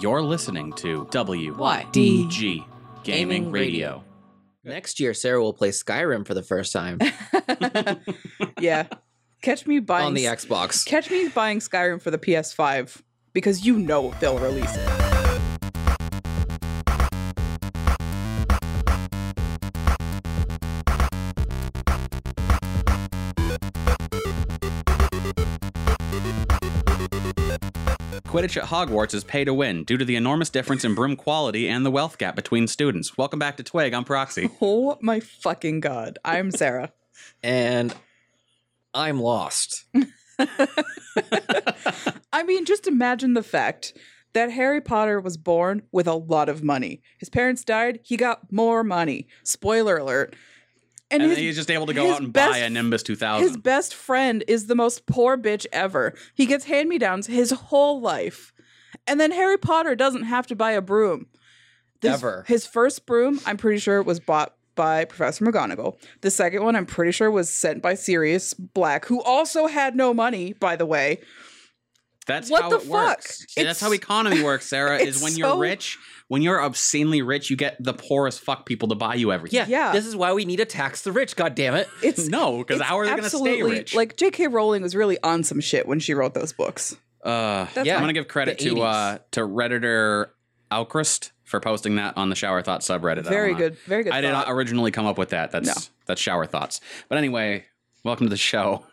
You're listening to Why? WDG Gaming Gaming Radio. Radio. Next year, Sarah will play Skyrim for the first time yeah. Catch me buying on the s- Xbox. Catch me buying Skyrim for the PS5 because you know they'll release it. Quidditch at Hogwarts is pay to win due to the enormous difference in broom quality and the wealth gap between students. Welcome back to Twig. I'm Proxy. Oh my fucking god. I'm Sarah. and I'm lost. I mean, just imagine the fact that Harry Potter was born with a lot of money. His parents died, he got more money. Spoiler alert. And, his- then he's just able to go his out and best- buy a Nimbus 2000. His best friend is the most poor bitch ever. He gets hand me downs his whole life. And then Harry Potter doesn't have to buy a broom. This- Ever. His first broom, I'm pretty sure, was bought by Professor McGonagall. The second one, I'm pretty sure, was sent by Sirius Black, who also had no money, by the way. That's What how the it works. fuck? See, that's It's- how economy works, Sarah. is it's when you're so- rich, when you're obscenely rich, you get the poorest fuck people to buy you everything. Yeah, Yeah. This is why we need to tax the rich. God damn it! It's No, because it's how are they going to stay absolutely- rich? Like J.K. Rowling was really on some shit when she wrote those books. uh, That's yeah, I'm like gonna give credit the to uh, to redditor Alchrist for posting that on the Shower Thoughts subreddit. I don't Very know. good, very good. I did thought. not originally come up with that. That's that's shower thoughts. But anyway, welcome to the show.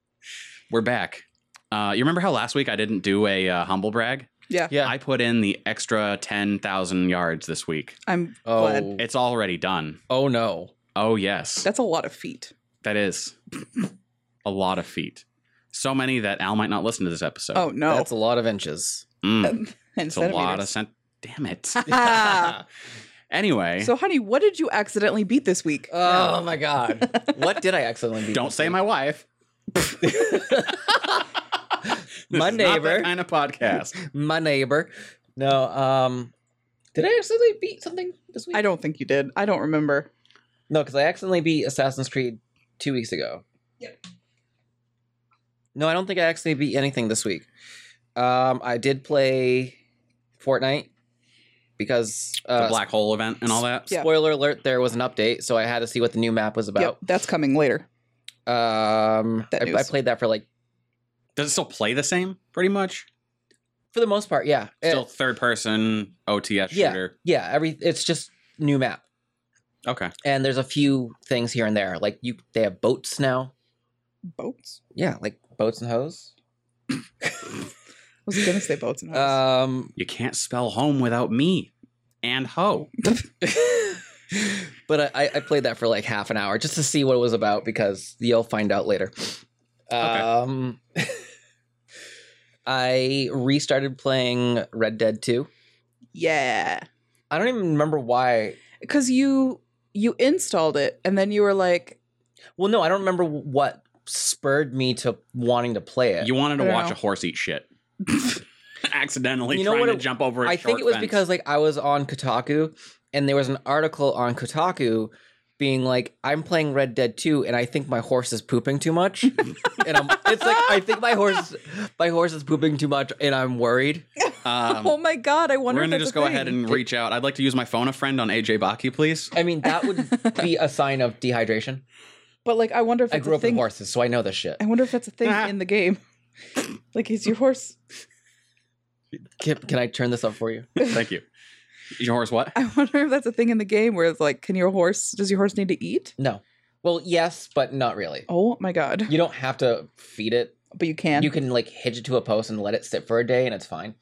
We're back. Uh, you remember how last week I didn't do a uh, humble brag? yeah, Yeah. I put in the extra ten thousand yards this week. I'm oh, glad. It's already done. oh no. Oh yes, That's a lot of feet. that is a lot of feet. So many that Al might not listen to this episode. Oh uh, no, That's a lot of inches. Mm, and it's a lot of centimeters. cent. Damn it. Ah. anyway, So, honey, what did you accidentally beat this week? Oh my god. what did I accidentally do? don't say my wife. This My is not that neighbor. kind of podcast. my neighbor. No, um did I accidentally beat something this week? I don't think you did. I don't remember. No, because I accidentally beat Assassin's Creed two weeks ago. Yep. No, I don't think I actually beat anything this week. Um, I did play Fortnite because the uh, black hole event and all that. Yeah. spoiler alert, there was an update, so I had to see what the new map was Yep, about. that's coming later. Um, That I, I news. played that for like Does it still play the same? Pretty much. for the most part, yeah, Still Uh, third person OTS Yeah. shooter. yeah. Every it's just new map, Okay. and there's a few things here and there. Like you, they have boats now. Boats? Yeah, like boats and hoes. I was gonna say boats and hoes. Um, You can't spell home without me and ho. but I, I played that for like half an hour just to see what it was about because you'll find out later. Um, I restarted playing Red Dead 2. yeah, I don't even remember why. because you you installed it and then you were like, Well, no, I don't remember what spurred me to wanting to play it. You wanted to I don't watch know. a horse eat shit. Accidentally You know trying what to it- jump over a I short think it was fence. because like I was on Kotaku and there was an article on Kotaku being like, I'm playing Red Dead 2 and I think my horse is pooping too much. and I'm it's like I think my horse my horse is pooping too much and I'm worried. Um, "Oh my god, I we're wonder." going to if that's just a go ahead thing." and reach out. I'd like to use my phone a friend on AJ Baki, please. I mean, that would be a sign of dehydration. But like, I wonder if I it's grew a up with thing. horses, so I know this shit. I wonder if that's a thing Ah. in the game. like, is your horse? Can, can I turn this up for you? Thank you. Is your horse what? I wonder if that's a thing in the game where it's like, can your horse? Does your horse need to eat? No. Well, yes, but not really. Oh my god! You don't have to feed it. But you can. You can like hitch it to a post and let it sit for a day, and it's fine.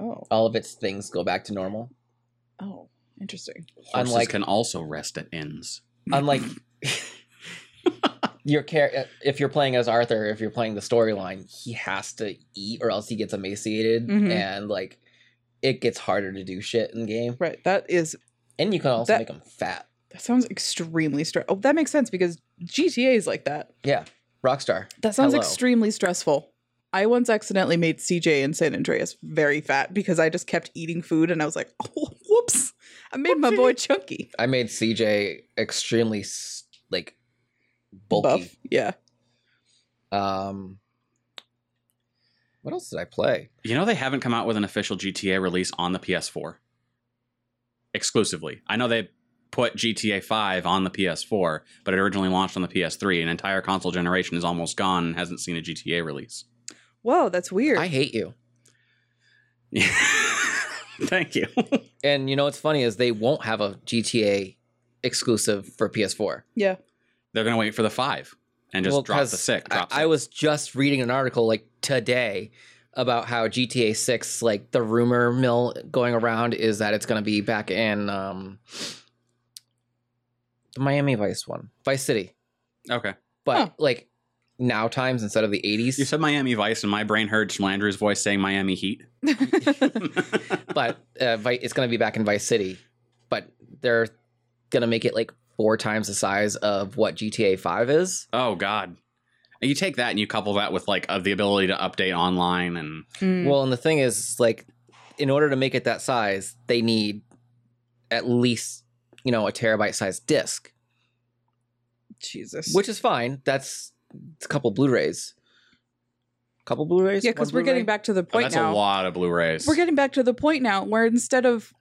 Oh, All of its things go back to normal. oh, interesting. Horses Unlike- can also rest at inns. Unlike your care, if you're playing as Arthur, if you're playing the storyline, he has to eat or else he gets emaciated, Mhm. and like it gets harder to do shit in game. Right. That is And you can also That- make him fat. That sounds extremely stress. Oh, that makes sense because GTA is like that. Yeah, Rockstar. That sounds Hello. extremely stressful. I once accidentally made CJ in San Andreas very fat because I just kept eating food and I was like, oh, whoops. I made my boy chunky. I made CJ extremely s- like bulky. Buff. Yeah. Um, What else did I play? You know they haven't come out with an official GTA release on the PS4 exclusively. I know they put GTA 5 on the PS4, but it originally launched on the PS3. An entire console generation is almost gone and hasn't seen a GTA release. Whoa, that's weird. I hate you. Thank you. And you know what's funny is they won't have a GTA exclusive for PS4. yeah. They're going to wait for the 5 and just Well, drop the 'cause 6. I, Drop I was just reading an article like today about how GTA 6 like the rumor mill going around is that it's going to be back in um the Miami Vice one, Vice City. six. okay. But Huh. like now times instead of the 80s. You said Miami Vice and my brain heard Schlandry's voice saying Miami Heat. but uh, Vi- it's going to be back in Vice City, but they're going to make it like four times the size of what GTA 5 is. Oh god. And you take that and you couple that with like uh, the ability to update online and Mm. Well, and the thing is, like, in order to make it that size, they need at least, you know, a terabyte size disc, Jesus. which is fine. That's it's a couple Blu rays. Couple Blu rays? yeah, because we're getting back to the Oh, point that's a now. lot of Blu-rays. We're getting back to the point now where instead of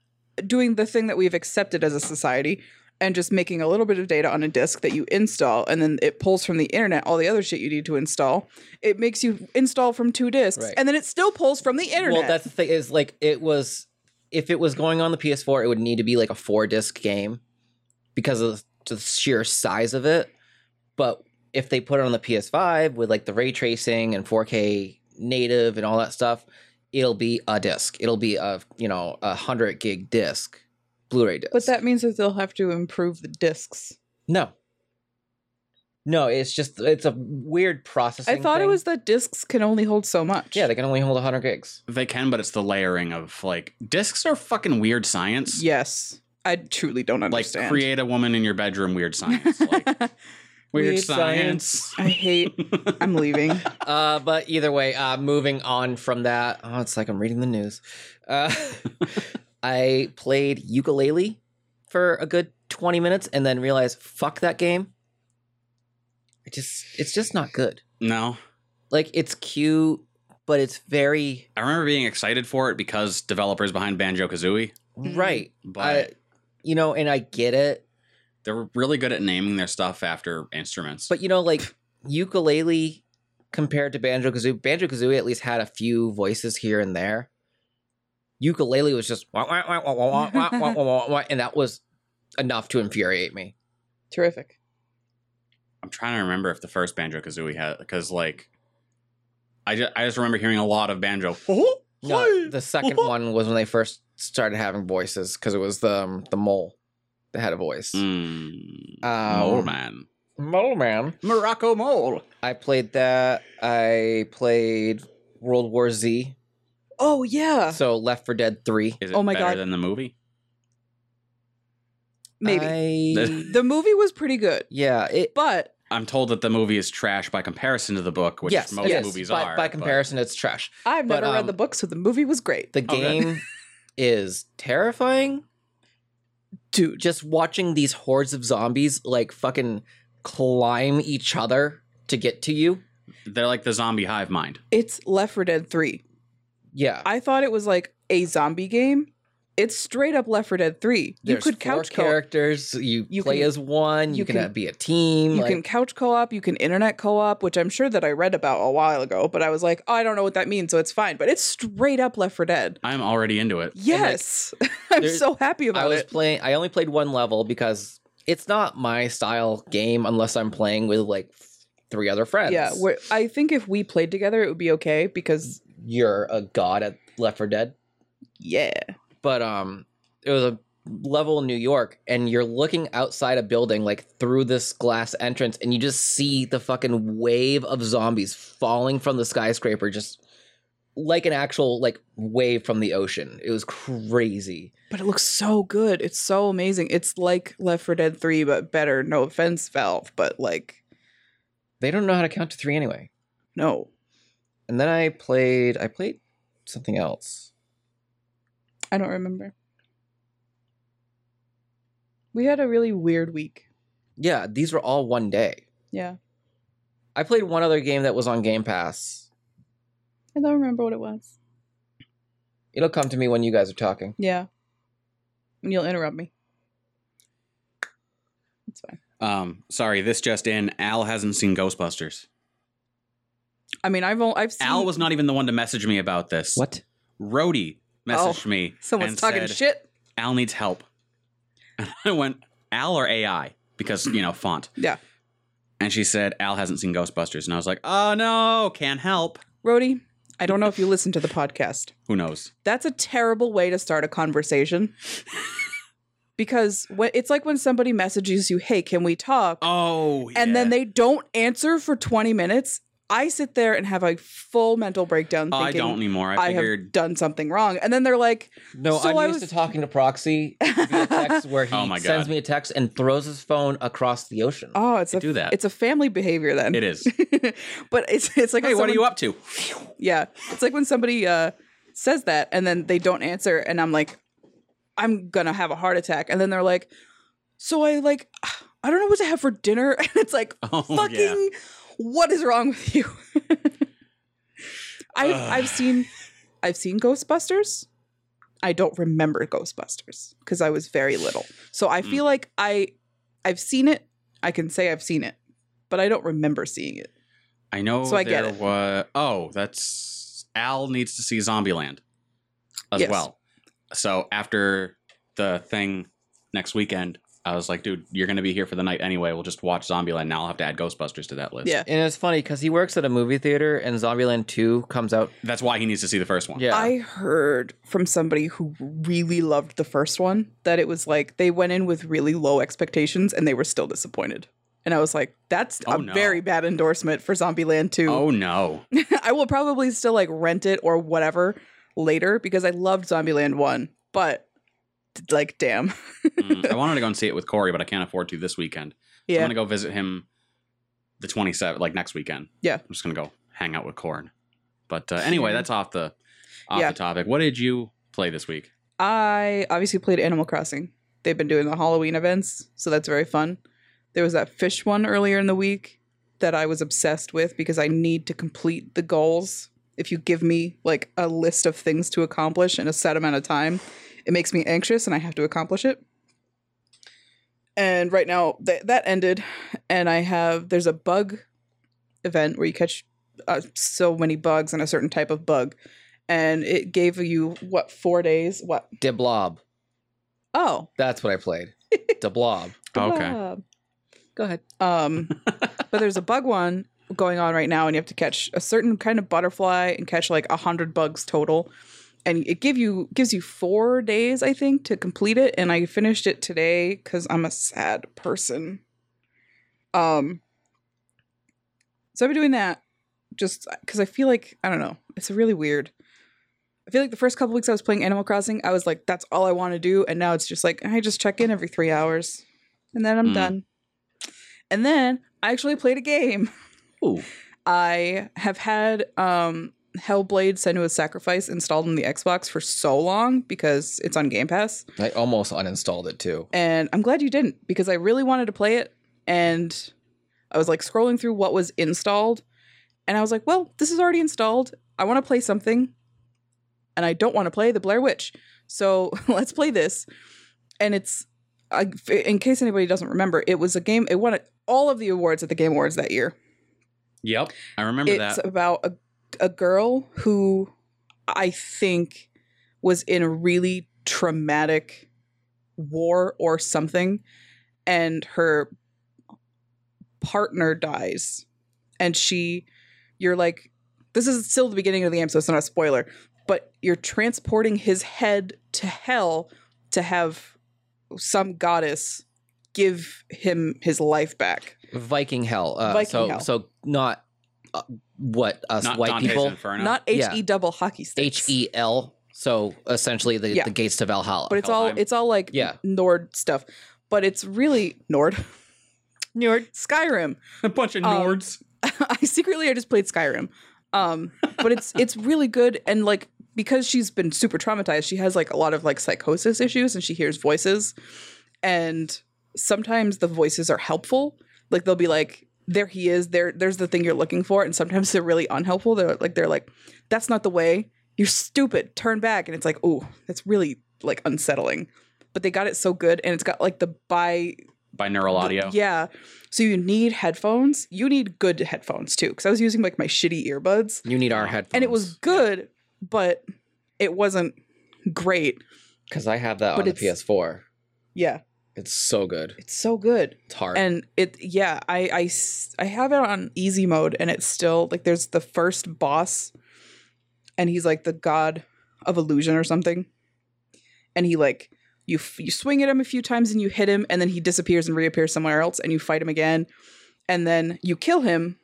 doing the thing that we've accepted as a society and just making a little bit of data on a disk that you install and then it pulls from the internet all the other shit you need to install, it makes you install from two disks Right. and then it still pulls from the internet. Well, that's the thing is, like, it was, if it was going on the PS4, it would need to be like a four disc game because of the sheer size of it. But if they put it on the PS5 with like the ray tracing and 4K native and all that stuff, it'll be a disc. It'll be a, you know, a 100 gig disc, Blu ray disc. but that means that they'll have to improve the disks. No. No, it's just, it's a weird processing. I thought it thing. was that discs can only hold so much. Yeah, they can only hold 100 gigs. they can, but it's the layering of like discs are fucking weird science. Yes. I truly don't Like understand. create a woman in your bedroom, weird science. Like, weird, Weird science. I hate I'm leaving. Uh, but either way, uh, moving on from that, oh, it's like I'm reading the news. Uh, I played ukulele for a good 20 minutes and then realized, fuck that game. It just, it's just not good. no, Like it's cute, but it's very I remember being excited for it because developers behind Banjo Kazooie, Mm. right. but I, you know, and I get it, they're really good at naming their stuff after instruments. but you know, like ukulele compared to Banjo Kazooie, Banjo Kazooie at least had a few voices here and there. Ukulele was just wah, wah, wah, wah, wah, wah, wah, wah, wah, wah, wah, and that was enough to infuriate me. Terrific. I'm trying to remember if the first Banjo Kazooie had because like I just, I just remember hearing a lot of banjo. Oh, No, the second one was when they first started having voices because it was the um, the mole that had a voice. Mm, Um, mole man, Mole man. Morocco mole. I played that. I played World War Z. Oh yeah. So Left for Dead Three. Is it Oh my better God. than the movie? Maybe. I- the movie was pretty good, yeah. It, but I'm told that the movie is trash by comparison to the book, which yes, most yes, movies by, are. By but- comparison, it's trash. I've But, never read um, the book, so the movie was great. The Oh, good. game is terrifying. Dude, Just watching these hordes of zombies like fucking climb each other to get to you. they're like the zombie hive mind. it's Left 4 Dead 3. Yeah. I thought it was like a zombie game. It's straight up Left 4 Dead 3. There's you could couch four co-op. characters. You, You play can- as one. You, you can, can- uh, be a team. You like, can couch co-op, you can internet co-op, which I'm sure that I read about a while ago, but I was like, oh, I don't know what that means, so it's fine. But it's straight up Left 4 Dead. I'm already into it. Yes. I'm there's- so happy I about was it. playing. I only played one level because it's not my style game unless I'm playing with like three other friends. Yeah, we're, I think if we played together, it would be okay because you're a god at Left 4 Dead. yeah, But um, it was a level in New York, and you're looking outside a building like through this glass entrance, and you just see the fucking wave of zombies falling from the skyscraper, just like an actual like wave from the ocean. It was crazy. but it looks so good. It's so amazing. It's like Left 4 Dead 3, but better. No offense, Valve, but like They don't know how to count to three anyway. no. And then I played. I played something else. I don't remember. We had a really weird week. Yeah, these were all one day. Yeah. I played one other game that was on Game Pass. I don't remember what it was. It'll come to me when you guys are talking. Yeah. And you'll interrupt me. It's fine. Um, sorry, this just in: Al hasn't seen Ghostbusters. I mean, I've only, I've seen Al was not even the one to message me about this. What? Rhodey messaged me. someone's and talking said, shit. Al needs help. And I went, Al or AI? Because, you know, font. Yeah. And she said, Al hasn't seen Ghostbusters. And I was like, oh no, can't help. Rody, I don't know if you listen to the podcast. Who knows? That's a terrible way to start a conversation. because when, it's like when somebody messages you, "Hey, can we talk?" Oh, and then they don't answer for 20 minutes. I sit there and have a full mental breakdown Oh, I thinking don't anymore. I I figured, have done something wrong. And then they're like, No, So I'm I used was- to talking to Proxy via text where he Oh my sends God. me a text and throws his phone across the ocean. "Oh, it's I a do that. it's a family behavior then." it is. but it's it's like hey, when what are you someone- up to? Yeah. It's like when somebody uh says that and then they don't answer and I'm like I'm going to have a heart attack and then they're like so I like I don't know what to have for dinner and it's like Oh, fucking yeah. what is wrong with you? I Ugh. have I've seen I've seen Ghostbusters. I don't remember Ghostbusters because I was very little. So Hmm. I feel like I I've seen it. I can say I've seen it, but I don't remember seeing it. I know So I get there it. wa- oh, that's Al needs to see Zombieland as Yes. well. So after the thing next weekend, I was like, dude, you're going to be here for the night anyway. We'll just watch Zombieland. Now I'll have to add Ghostbusters to that list. Yeah. And it's funny because he works at a movie theater and Zombieland 2 comes out. That's why he needs to see the first one. Yeah. I heard from somebody who really loved the first one that it was like they went in with really low expectations and they were still disappointed. And I was like, that's Oh, a no. very bad endorsement for Zombieland 2. Oh no. I will probably still like rent it or whatever later because I loved Zombieland 1, but like, damn. Mm, I wanted to go and see it with Corey, but I can't afford to this weekend. I'm Yeah. gonna go visit him the 27th, like next weekend. Yeah. I'm just gonna go hang out with Corn. But uh, anyway, that's off the off Yeah. the topic. What did you play this week? I obviously played Animal Crossing. They've been doing the Halloween events, so that's very fun. There was that fish one earlier in the week that I was obsessed with because I need to complete the goals. If you give me like a list of things to accomplish in a set amount of time, it makes me anxious and I have to accomplish it. And right now th- that ended, and I have there's a bug event where you catch uh, so many bugs and a certain type of bug, and it gave you what four days? What De Blob. Oh, That's what I played. De Blob. Okay. Bob. Go ahead. Um, but there's a bug one going on right now, and you have to catch a certain kind of butterfly and catch like a hundred bugs total. And it give you gives you four days, I think, to complete it. And I finished it today because I'm a sad person. Um, so I've been doing that just because I feel like I don't know. It's really weird. I feel like the first couple weeks I was playing Animal Crossing, I was like, "That's all I want to do," and now it's just like I just check in every three hours, and then I'm Mm. done. And then I actually played a game. Ooh. I have had um, Hellblade: Senua's Sacrifice installed on the Xbox for so long because it's on Game Pass, I almost uninstalled it too. and I'm glad you didn't because I really wanted to play it. And I was like scrolling through what was installed, and I was like, well, this is already installed. I want to play something, and I don't want to play the Blair Witch. So let's play this. And it's, I, in case anybody doesn't remember, it was a game, it won all of the awards at the Game Awards that year Yep. I remember it's that. about a, a girl who I think was in a really traumatic war or something, and her partner dies. And she, you're like, this is still the beginning of the game, so it's not a spoiler, but you're transporting his head to hell to have some goddess give him his life back. Viking Hell. Uh, Viking so, Hell. so not uh, what us Not white Dante's people. Inferno. Not H E Yeah. double hockey H sticks. E L. So essentially the, Yeah. the gates to Valhalla. but it's all Helheim. it's all like Yeah. Nord stuff. But it's really Nord, Nord Skyrim. a bunch of um, Nords. I secretly I just played Skyrim. Um, but it's it's really good and like because she's been super traumatized, she has like a lot of like psychosis issues and she hears voices. And sometimes the voices are helpful. Like they'll be like, there he is there there's the thing you're looking for and sometimes they're really unhelpful they're like they're like that's not the way you're stupid turn back and it's like oh that's really like unsettling but they got it so good and it's got like the by binaural audio. yeah so you need headphones you need good headphones too because i was using like my shitty earbuds You need our headphones. and it was good but it wasn't great because I have that but on the it's- PS4. yeah It's so good. it's so good It's hard. and it yeah I, I s- I have it on easy mode and it's still like there's the first boss and he's like the god of illusion or something and he like you f- you swing at him a few times and you hit him and then he disappears and reappears somewhere else and you fight him again and then you kill him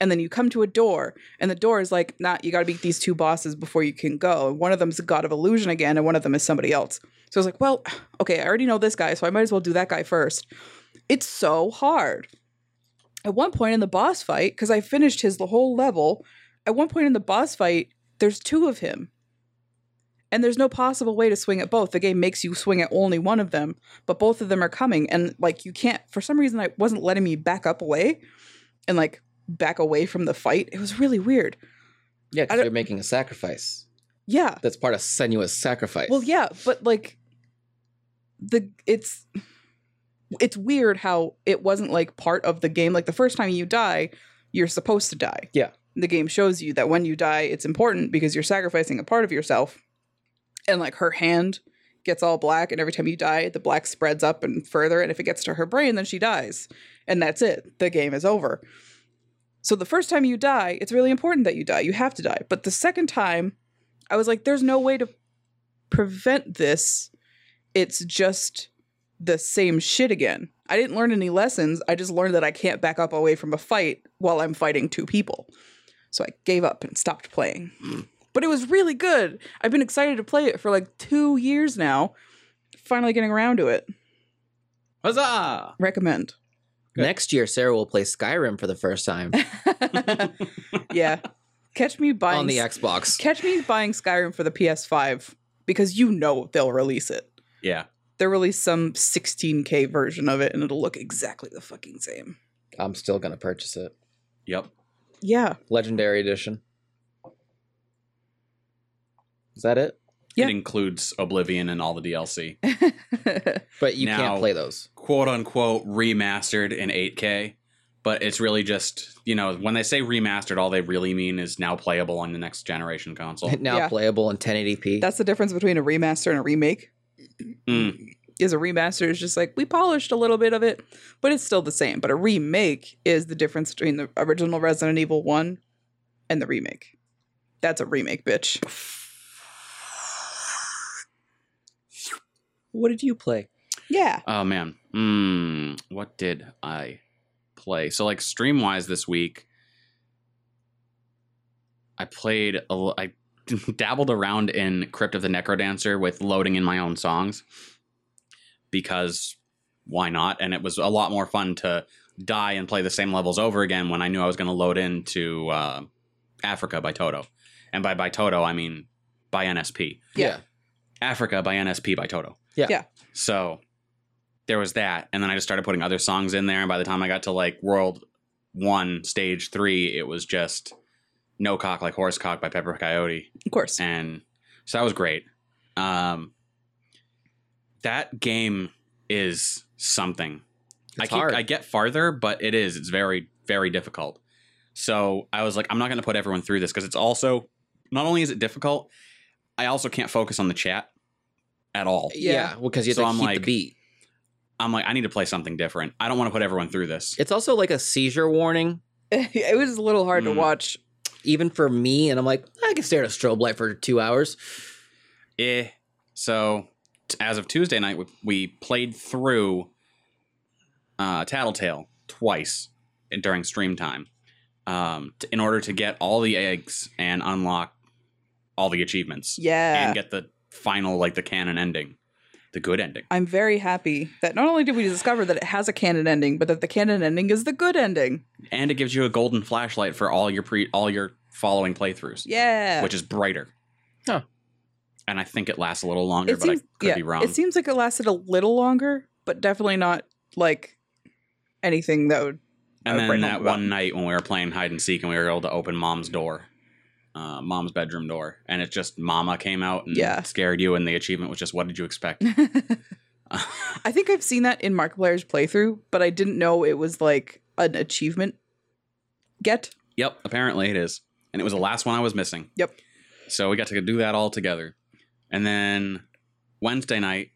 and then you come to a door and the door is like nah you got to beat these two bosses before you can go and one of them's the god of illusion again and one of them is somebody else so i was like well okay i already know this guy so i might as well do that guy first it's so hard. At one point in the boss fight, because I finished his the whole level, at one point in the boss fight, there's two of him. And there's no possible way to swing at both. The game makes you swing at only one of them, but both of them are coming. And like you can't for some reason I wasn't letting me back up away and like back away from the fight. It was really weird. yeah, I because don't- you're making a sacrifice. Yeah. That's part of strenuous sacrifice. Well, yeah, but like the it's it's weird how it wasn't like part of the game. Like the first time you die, you're supposed to die. Yeah. The game shows you that when you die, it's important because you're sacrificing a part of yourself. And like her hand gets all black and every time you die, the black spreads up and further and if it gets to her brain, then she dies. And that's it. The game is over. So the first time you die, it's really important that you die. You have to die. But the second time, I was like there's no way to prevent this. It's just the same shit again. I didn't learn any lessons. I just learned that I can't back up away from a fight while I'm fighting two people. So I gave up and stopped playing. But it was really good. I've been excited to play it for like two years now. Finally getting around to it. Huzzah! Recommend. Good. Next year, Sarah will play Skyrim for the first time yeah. Catch me buying on the Xbox. Catch me buying Skyrim for the PS5 because you know they'll release it. Yeah. They'll release some 16K version of it and it'll look exactly the fucking same. I'm still gonna purchase it. Yep. Yeah. Legendary edition. Is that it? Yeah. It includes Oblivion and all the DLC. But you Now- can't play those. quote unquote remastered in 8K, but it's really just, you know, when they say remastered, all they really mean is now playable on the next generation console. now Yeah. playable in 1080p. That's the difference between a remaster and a remake. Mm, Is a remaster is just like we polished a little bit of it, but it's still the same. But a remake is the difference between the original Resident Evil 1 and the remake. That's a remake, bitch. what did you play? Yeah. oh, man. Mm, what did I play? So, like, stream wise this week, I played, a l I dabbled around in Crypt of the Necrodancer with loading in my own songs because why not? And it was a lot more fun to die and play the same levels over again when I knew I was going to load into uh, Africa by Toto. And by by Toto, I mean by NSP. Yeah. Africa by NSP by Toto. Yeah. Yeah. So there was that. And then I just started putting other songs in there. And by the time I got to like World One, Stage Three, it was just No Cock Like Horse Cock by Pepper Coyote Of course. and so that was great. Um, that game is something. I It's keep, hard. I get farther, but it is. It's very very difficult. So I was like, I'm not going to put everyone through this because it's also not only is it difficult, I also can't focus on the chat at all. yeah. Yeah. Well, because you have So to I'm keep like- the beat. I'm like, I need to play something different. I don't want to put everyone through this. It's also like a seizure warning, it was a little hard to Mm. watch. even for me. And I'm like, I can stare at a strobe light for two hours. Eh. So t- as of Tuesday night, we, we played through uh, Tattletale twice in- during stream time um, t- in order to get all the eggs and unlock all the achievements Yeah. and get the final, like the canon ending, the good ending. I'm very happy that not only did we discover that it has a canon ending, but that the canon ending is the good ending. And it gives you a golden flashlight for all your pre all your following playthroughs, Yeah. which is brighter. Huh. And I think it lasts a little longer, It but seems- I could yeah, be wrong. It seems like it lasted a little longer, but definitely not like anything that would And Uh, then right, that well- one night when we were playing hide and seek and we were able to open mom's door, uh, mom's bedroom door, and it just mama came out and Yeah. scared you, and the achievement was just what did you expect? I think I've seen that in Markiplier's playthrough, but I didn't know it was like an achievement get. yep, apparently it is, and it was the last one I was missing. Yep. So we got to do that all together, and then Wednesday night,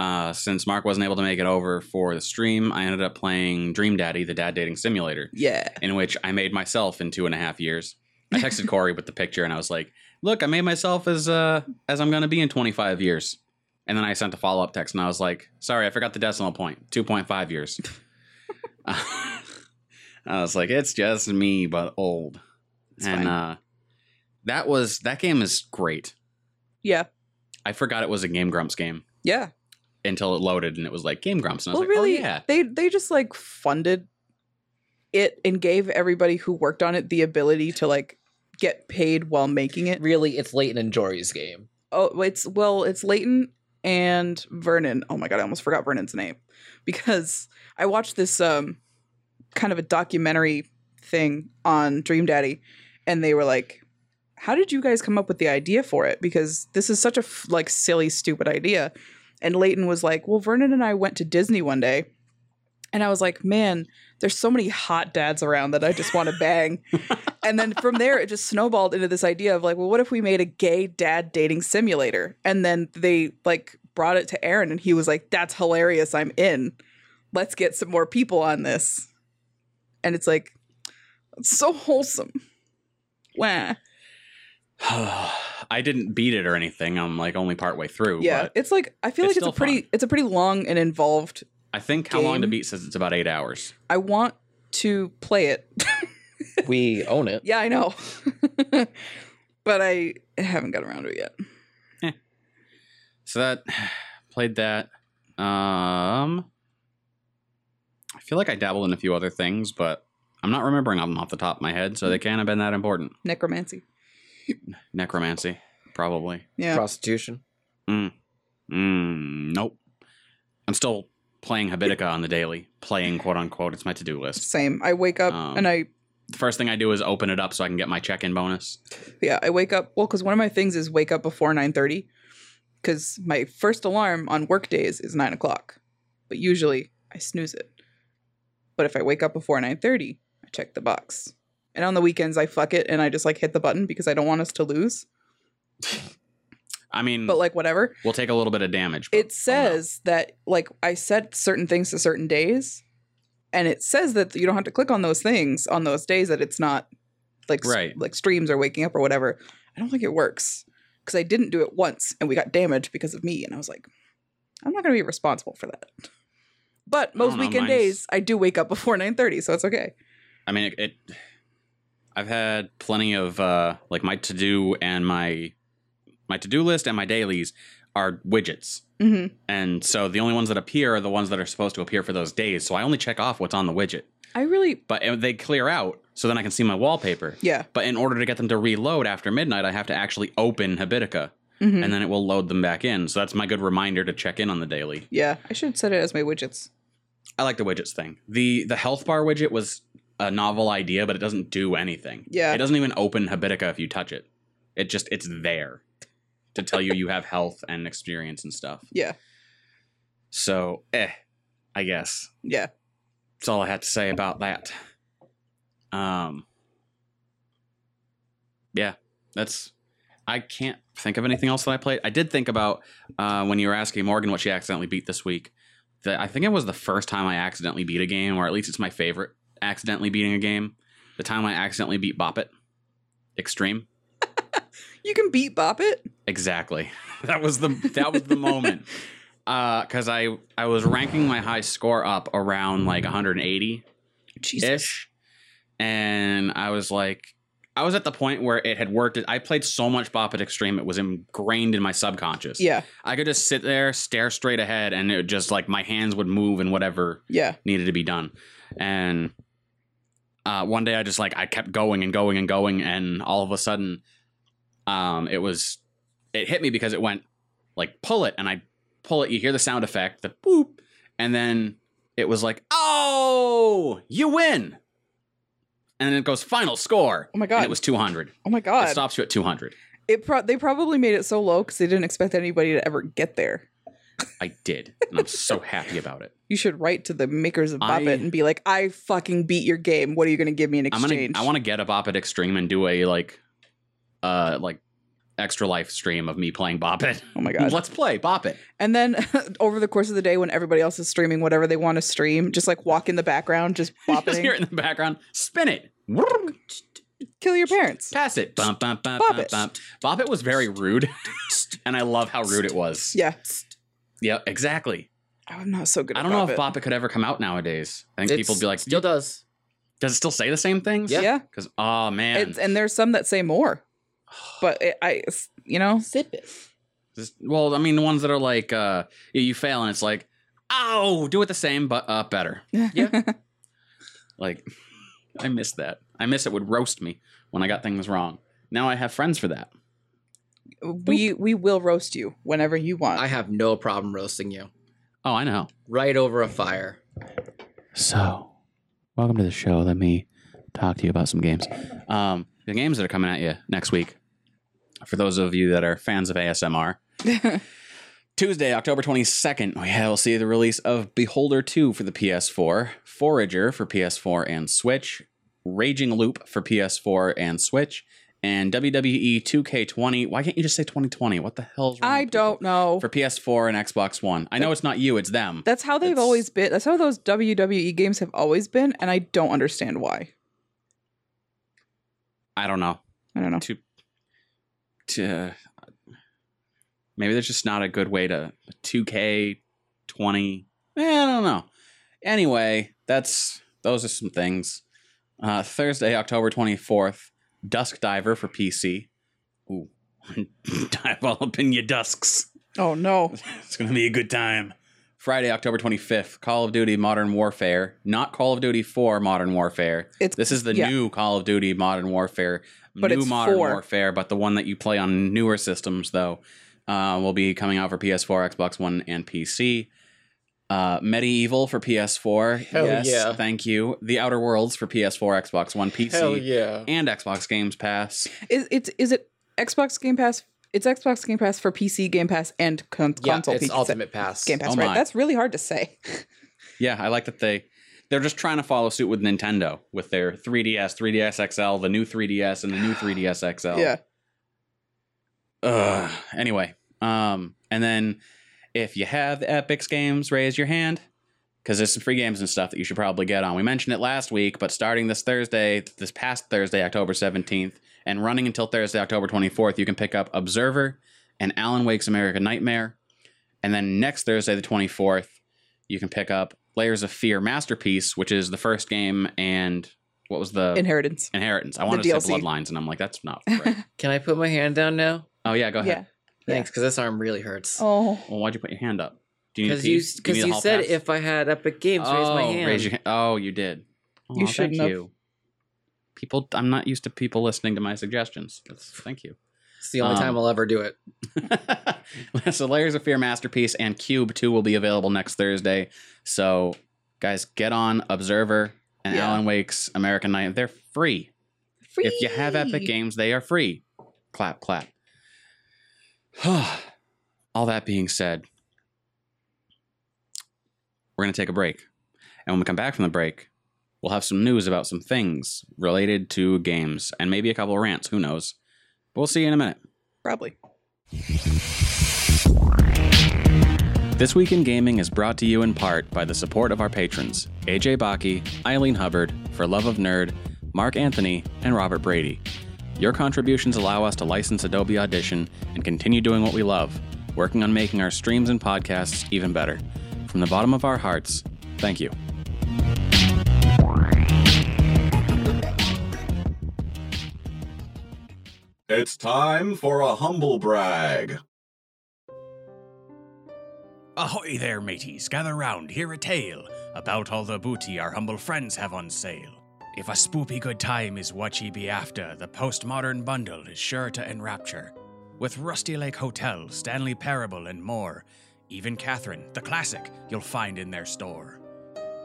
uh, since Mark wasn't able to make it over for the stream, I ended up playing Dream Daddy, the dad dating simulator. Yeah. in which I made myself in two and a half years. I texted Corey with the picture and I was like, "Look, I made myself as uh as I'm gonna be in 25 years." And then I sent a follow up text and I was like, "Sorry, I forgot the decimal point. 2.5 years." I was like, "It's just me, but old." It's and fine. uh, that was that game is great. yeah. I forgot it was a Game Grumps game Yeah. until it loaded and it was like Game Grumps, and I was Well, like, really, "Oh yeah, they they just like funded it and gave everybody who worked on it the ability to like get paid while making it. Really, it's Leighton and Jory's game. Oh, it's well, it's Leighton and Vernon. Oh my god, I almost forgot Vernon's name because I watched this um kind of a documentary thing on Dream Daddy, and they were like, "How did you guys come up with the idea for it? Because this is such a f- like silly, stupid idea." And Leighton was like, "Well, Vernon and I went to Disney one day." And I was like, man, there's so many hot dads around that I just want to bang. and then from there, it just snowballed into this idea of like, well, what if we made a gay dad dating simulator? And then they like brought it to Aaron and he was like, that's hilarious. I'm in. Let's get some more people on this. And it's like, it's so wholesome. Wah. I didn't beat it or anything. I'm like only partway through." Yeah. but- it's like, I feel it's like it's a still pretty, fun. it's a pretty long and involved. I think how long to Game. beat says it's about eight hours. I want to play it. We own it. Yeah, I know. but I haven't got around to it yet. So that played that. Um, I feel like I dabbled in a few other things, but I'm not remembering them off the top of my head, so they can't have been that important. Necromancy. Necromancy, probably. Yeah. Prostitution. Mm, nope. I'm still playing Habitica on the daily. Playing, quote unquote, it's my to do list. Same. I wake up Um, and I The first thing I do is open it up so I can get my check in bonus. yeah, I wake up well cuz one of my things is wake up before 9:30 cuz my first alarm on work days is 9 o'clock. But usually I snooze it. But if I wake up before 9:30, I check the box. And on the weekends I fuck it and I just like hit the button because I don't want us to lose. I mean, But like whatever. we'll take a little bit of damage. but- oh, no. it says that like I set certain things to certain days, and it says that you don't have to click on those things on those days that it's not like s- Right. like streams or waking up or whatever. I don't think it works because I didn't do it once and we got damaged because of me, and I was like, I'm not gonna be responsible for that. But most know, weekend mine's- days, I do wake up before nine thirty, so it's okay. I mean, it, it. I've had plenty of uh, like my to do and my my to do list and my dailies are widgets, hmm and so the only ones that appear are the ones that are supposed to appear for those days. So I only check off what's on the widget, I really, but uh, they clear out so then I can see my wallpaper. yeah, But in order to get them to reload after midnight, I have to actually open Habitica, Mhm. and then it will load them back in. So that's my good reminder to check in on the daily. yeah. I should set it as my widgets. I like the widgets thing. The the health bar widget was a novel idea, but it doesn't do anything. Yeah. It doesn't even open Habitica if you touch it. It just it's there to tell you you have health and experience and stuff. Yeah, So, eh, I guess. yeah. That's all I had to say about that. Um Yeah, that's I can't think of anything else that I played. I did think about uh, when you were asking Morgan what she accidentally beat this week. That I think it was the first time I accidentally beat a game, or at least it's my favorite accidentally beating a game. The time I accidentally beat Bop It Extreme. You can beat Bop It. Exactly. That was the that was the moment. Because I I was ranking my high score up around like 180 Jesus. ish, and I was like, I was at the point where it had worked. I played so much Bop It Extreme, it was ingrained in my subconscious. Yeah, I could just sit there, stare straight ahead, and it would just like my hands would move and whatever yeah. needed to be done. And uh, one day I just like I kept going and going and going, and all of a sudden, um, it was it hit me because it went like pull it, and I pull it. You hear the sound effect, the boop, and then it was like, oh, you win. And then it goes final score. Oh my And God. it was 200. oh my It god. stops you at 200. It pro- they probably made it so low because they didn't expect anybody to ever get there. I did. And I'm so happy about it. You should write to the makers of I- Bop It and be like, "I fucking beat your game. What are you going to give me in I'm gonna, exchange?" I want to get a Bop It Extreme and do a like, uh, like extra life stream of me playing Bop It. oh my god. Let's play Bop It. And then over the course of the day, when everybody else is streaming whatever they want to stream, just like walk in the background, just You just hear bopping, it in the background. Spin it. Whirr. kill your parents. Pass it. Bump, bump, bump, Bop bump, it. bump. Bop It was very rude. and I love how rude it was. Yeah, Yeah, exactly. I'm not so good. At I don't know if It. Bop It could ever come out nowadays. I think It's- people would be like, still does. does it still say the same things? Yeah, Because, oh man. It's, and there's some that say more, but it, I, it's- you know, Sip it. Just- well, I mean, the ones that are like, uh, you- you fail and it's like, oh, do it the same, but uh, better. Yeah. Like, I miss that. I miss it would roast me when I got things wrong. Now I have friends for that. we we will roast you whenever you want. I have no problem roasting you Oh, I know. right over a fire. So, welcome to the show. Let me talk to you about some games. Um, the games that are coming at you next week, for those of you that are fans of ASMR, Tuesday, October 22nd, we will see the release of Beholder 2 for the PS4, Forager for PS4 and Switch, Raging Loop for PS4 and Switch, and E WWE 2K20. Why can't you just say 2020? What the hell's wrong? I with people? don't know. For PS4 and Xbox One. I know it's not you, it's them. That's how they've It's- always been. That's how those WWE games have always been, and I don't understand why. I don't know. I don't know. T- uh, maybe there's just not a good way to 2K20. Eh, I don't know. Anyway, that's those are some things. Uh, Thursday, October 24th, Dusk Diver for PC. Ooh, dive all up in your dusks. Oh no. It's gonna be a good time. Friday, October 25th, Call of Duty Modern Warfare, not Call of Duty 4 Modern Warfare. It's This is the Yeah. new Call of Duty Modern Warfare, But new it's Modern four. Warfare, but the one that you play on newer systems though uh, will be coming out for PS4, Xbox One, and PC. Uh, Medieval for PS4. Hell yeah. Thank you. The Outer Worlds for PS4, Xbox One, PC, yeah. and Xbox Games Pass. Is it's is it Xbox Game Pass? It's Xbox Game Pass for PC, Game Pass, and con- Yeah, console. it's PC. Ultimate Pass. Game Pass, Oh my. right? That's really hard to say. Yeah, I like that they they're just trying to follow suit with Nintendo with their 3DS, 3DS XL, the new 3DS, and the new 3DS XL. Yeah. Ugh. Anyway, um, and then if you have the Epix games, raise your hand because there's some free games and stuff that you should probably get on. We mentioned it last week, but starting this Thursday, this past Thursday, October 17th, and running until Thursday, October 24th, you can pick up Observer and Alan Wake's American Nightmare. And then next Thursday, the 24th, you can pick up Layers of Fear Masterpiece, which is the first game and what was the Inheritance. Inheritance? I wanted to say DLC. Bloodlines, and I'm like, that's not right. Can I put my hand down now? oh, yeah, go ahead. Yeah. Thanks, because this arm really hurts. Oh. Well, why'd you put your hand up? Do need a Because you piece? Do because need a you hall said pass? if I had Epic Games, oh, raise my hand. your hand. Oh, you did. Oh, You shouldn't thank have. you. People, I'm not used to people listening to my suggestions. That's, thank you. It's the only Um, time I'll ever do it. so, Layers of Fear Masterpiece and Cube 2 will be available next Thursday. So, guys, get on Observer and Yeah. Alan Wake's American Night. They're free. If you have Epic Games, they are free. Clap, clap. All that being said, we're going to take a break. And when we come back from the break, we'll have some news about some things related to games and maybe a couple of rants. Who knows? But we'll see you in a minute. Probably. This Week in Gaming is brought to you in part by the support of our patrons AJ Baki, Eileen Hubbard, For Love of Nerd, Mark Anthony, and Robert Brady. Your contributions allow us to license Adobe Audition and continue doing what we love, working on making our streams and podcasts even better. From the bottom of our hearts, thank you. It's time for a humble brag. Ahoy there, mateys, gather round, hear a tale about all the booty our humble friends have on sale. If a spoopy good time is what ye be after, the postmodern bundle is sure to enrapture. With Rusty Lake Hotel, Stanley Parable, and more, even Catherine, the classic, you'll find in their store.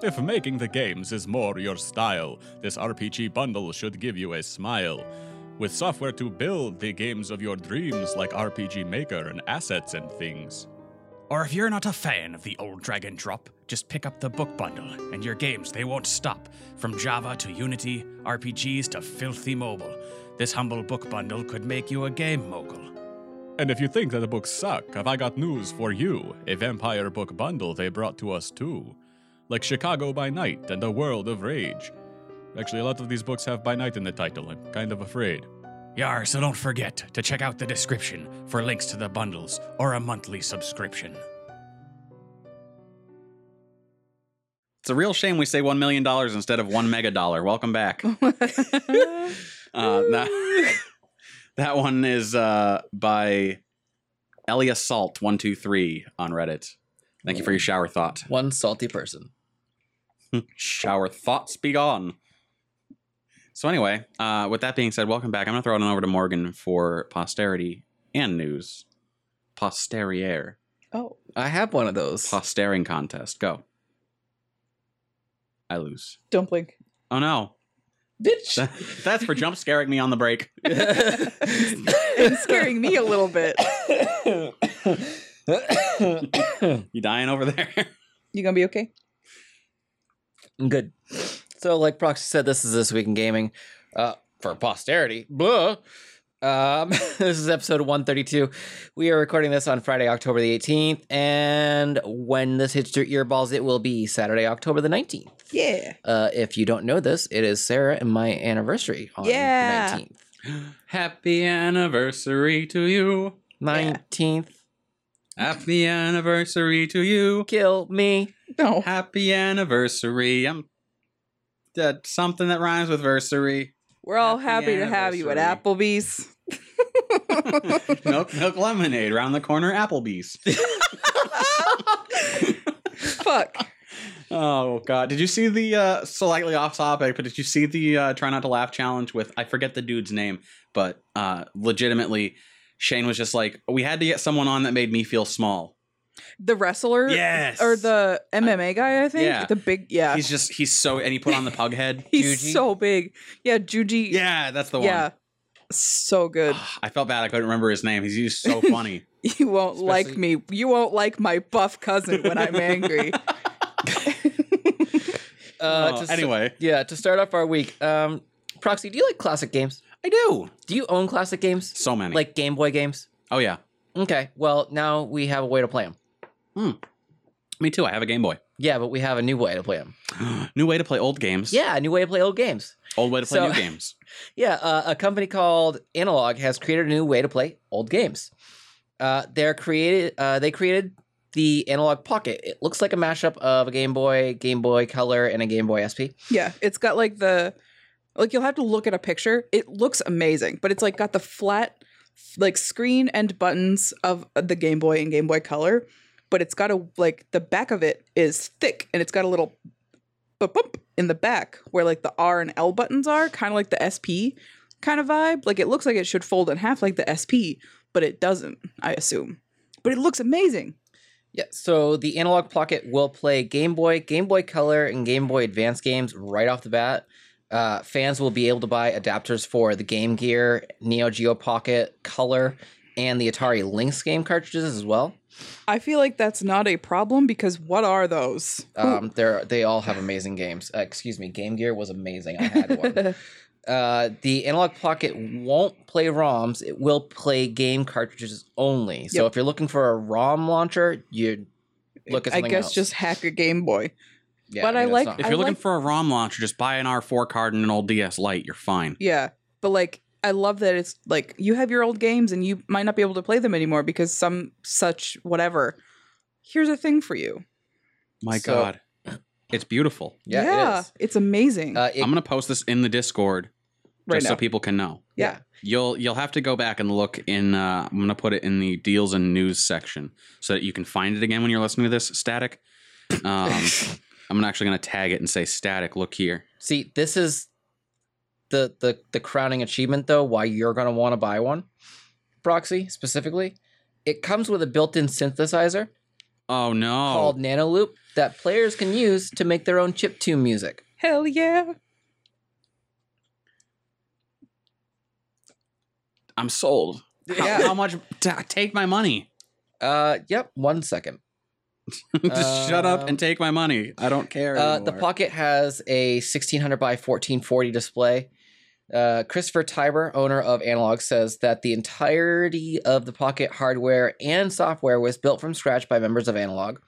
If making the games is more your style, this RPG bundle should give you a smile. With software to build the games of your dreams like RPG Maker and assets and things. Or if you're not a fan of the old drag and drop, just pick up the book bundle and your games, they won't stop. From Java to Unity, RPGs to filthy mobile, this humble book bundle could make you a game mogul. And if you think that the books suck, have I got news for you? A vampire book bundle they brought to us too. Like Chicago by Night and A World of Rage. Actually, a lot of these books have by night in the title. I'm kind of afraid. Yar, so don't forget to check out the description for links to the bundles or a monthly subscription. It's a real shame we say one million dollars instead of one mega dollar. Welcome back. Uh, that, that one is uh, by Elia Salt one two three on Reddit. Thank you for your shower thought. One salty person. shower thoughts be gone. So anyway, uh, with that being said, welcome back. I'm gonna throw it on over to Morgan for posterity and news. Posteriere, oh, I have one of those. postering contest. Go. I lose. don't blink. Oh no, Bitch. That- that's for jump scaring me on the break. it's scaring me a little bit. You dying over there? You gonna be okay? Good. So, like Proxy said, this is This Week in Gaming uh, for posterity. Blah. Um, this is episode 132. We are recording this on Friday, October the 18th. And when this hits your earballs, it will be Saturday, October the 19th. Yeah. Uh, if you don't know this, it is Sarah and my anniversary on Yeah. the 19th. Happy anniversary to you. 19th, Happy anniversary to you. kill me. No. Happy anniversary. I'm that something that rhymes with versary. We're all Happy happy to have you at Applebee's. milk, milk lemonade around the corner. Applebee's. Fuck. Oh God! Did you see the uh, slightly off topic? But did you see the uh, try not to laugh challenge with I forget the dude's name, but uh, legitimately, Shane was just like, we had to get someone on that made me feel small. The wrestler Yes. or the MMA guy, I think. Yeah. The big yeah. He's just he's so and he put on the pug head. He's Juji? so big. Yeah, Juji. Yeah, that's the one. Yeah. So good. I felt bad. I couldn't remember his name. He's just so funny. You won't like Especially- me. You won't like my buff cousin when I'm angry. Uh, Oh, to s- anyway, yeah, to start off our week, um, Proxy, do you like classic games? I do Do you own classic games? so many. Like Game Boy games? oh yeah, Okay, well, now we have a way to play them. me too. I have a Game Boy. Yeah, but we have a new way to play them. new way to play old games. Yeah, a new way to play old games. old way to play So- new games. Yeah, uh, a company called Analog has created a new way to play old games. Uh, they're created. Uh, they created the Analog Pocket. It looks like a mashup of a Game Boy, Game Boy Color, and a Game Boy SP. yeah. It's got like the like you'll have to look at a picture. It looks amazing, but it's like got the flat like screen and buttons of the Game Boy and Game Boy Color, but it's got a like the back of it is thick and it's got a little bump in the back where like the R and L buttons are, kind of like the SP kind of vibe. Like it looks like it should fold in half like the SP, but it doesn't, I assume. But it looks amazing. Yeah, so the Analog Pocket will play Game Boy, Game Boy Color, and Game Boy Advance games right off the bat. Uh, fans will be able to buy adapters for the Game Gear, Neo Geo Pocket, Color, and the Atari Lynx game cartridges as well. I feel like that's not a problem because what are those? Um, they're they all have amazing games. Uh, excuse me, Game Gear was amazing. I had one. uh, the Analog Pocket won't play ROMs. It will play game cartridges only. So Yep. if you're looking for a ROM launcher, you look at I something guess else. just hack a Game Boy. yeah, but I mean, it's like- not- If I you're looking like- for a ROM launcher, just buy an R4 card and an old DS Lite. You're fine. Yeah. But like I love that it's like you have your old games and you might not be able to play them anymore because some such whatever. Here's a thing for you. My So- God, it's beautiful. yeah, it is. it's amazing. Uh, it- I'm gonna post this in the Discord right just now. so people can know. yeah. You'll you'll have to go back and look in. Uh, I'm gonna put it in the deals and news section so that you can find it again when you're listening to this. Static. Um, I'm actually gonna tag it and say static. Look here. See, this is the the the crowning achievement though. Why you're gonna want to buy one, Proxy specifically. It comes with a built-in synthesizer. Oh no. called Nanoloop that players can use to make their own chiptune music. Hell yeah. I'm sold. How, Yeah. how much? T- take my money. Uh, yep, one second. Just shut up Um, and take my money. I don't care. Uh, the anymore. Pocket has a 1600 by 1440 display. Uh, Christopher Tiber, owner of Analog, says that the entirety of the Pocket hardware and software was built from scratch by members of Analog.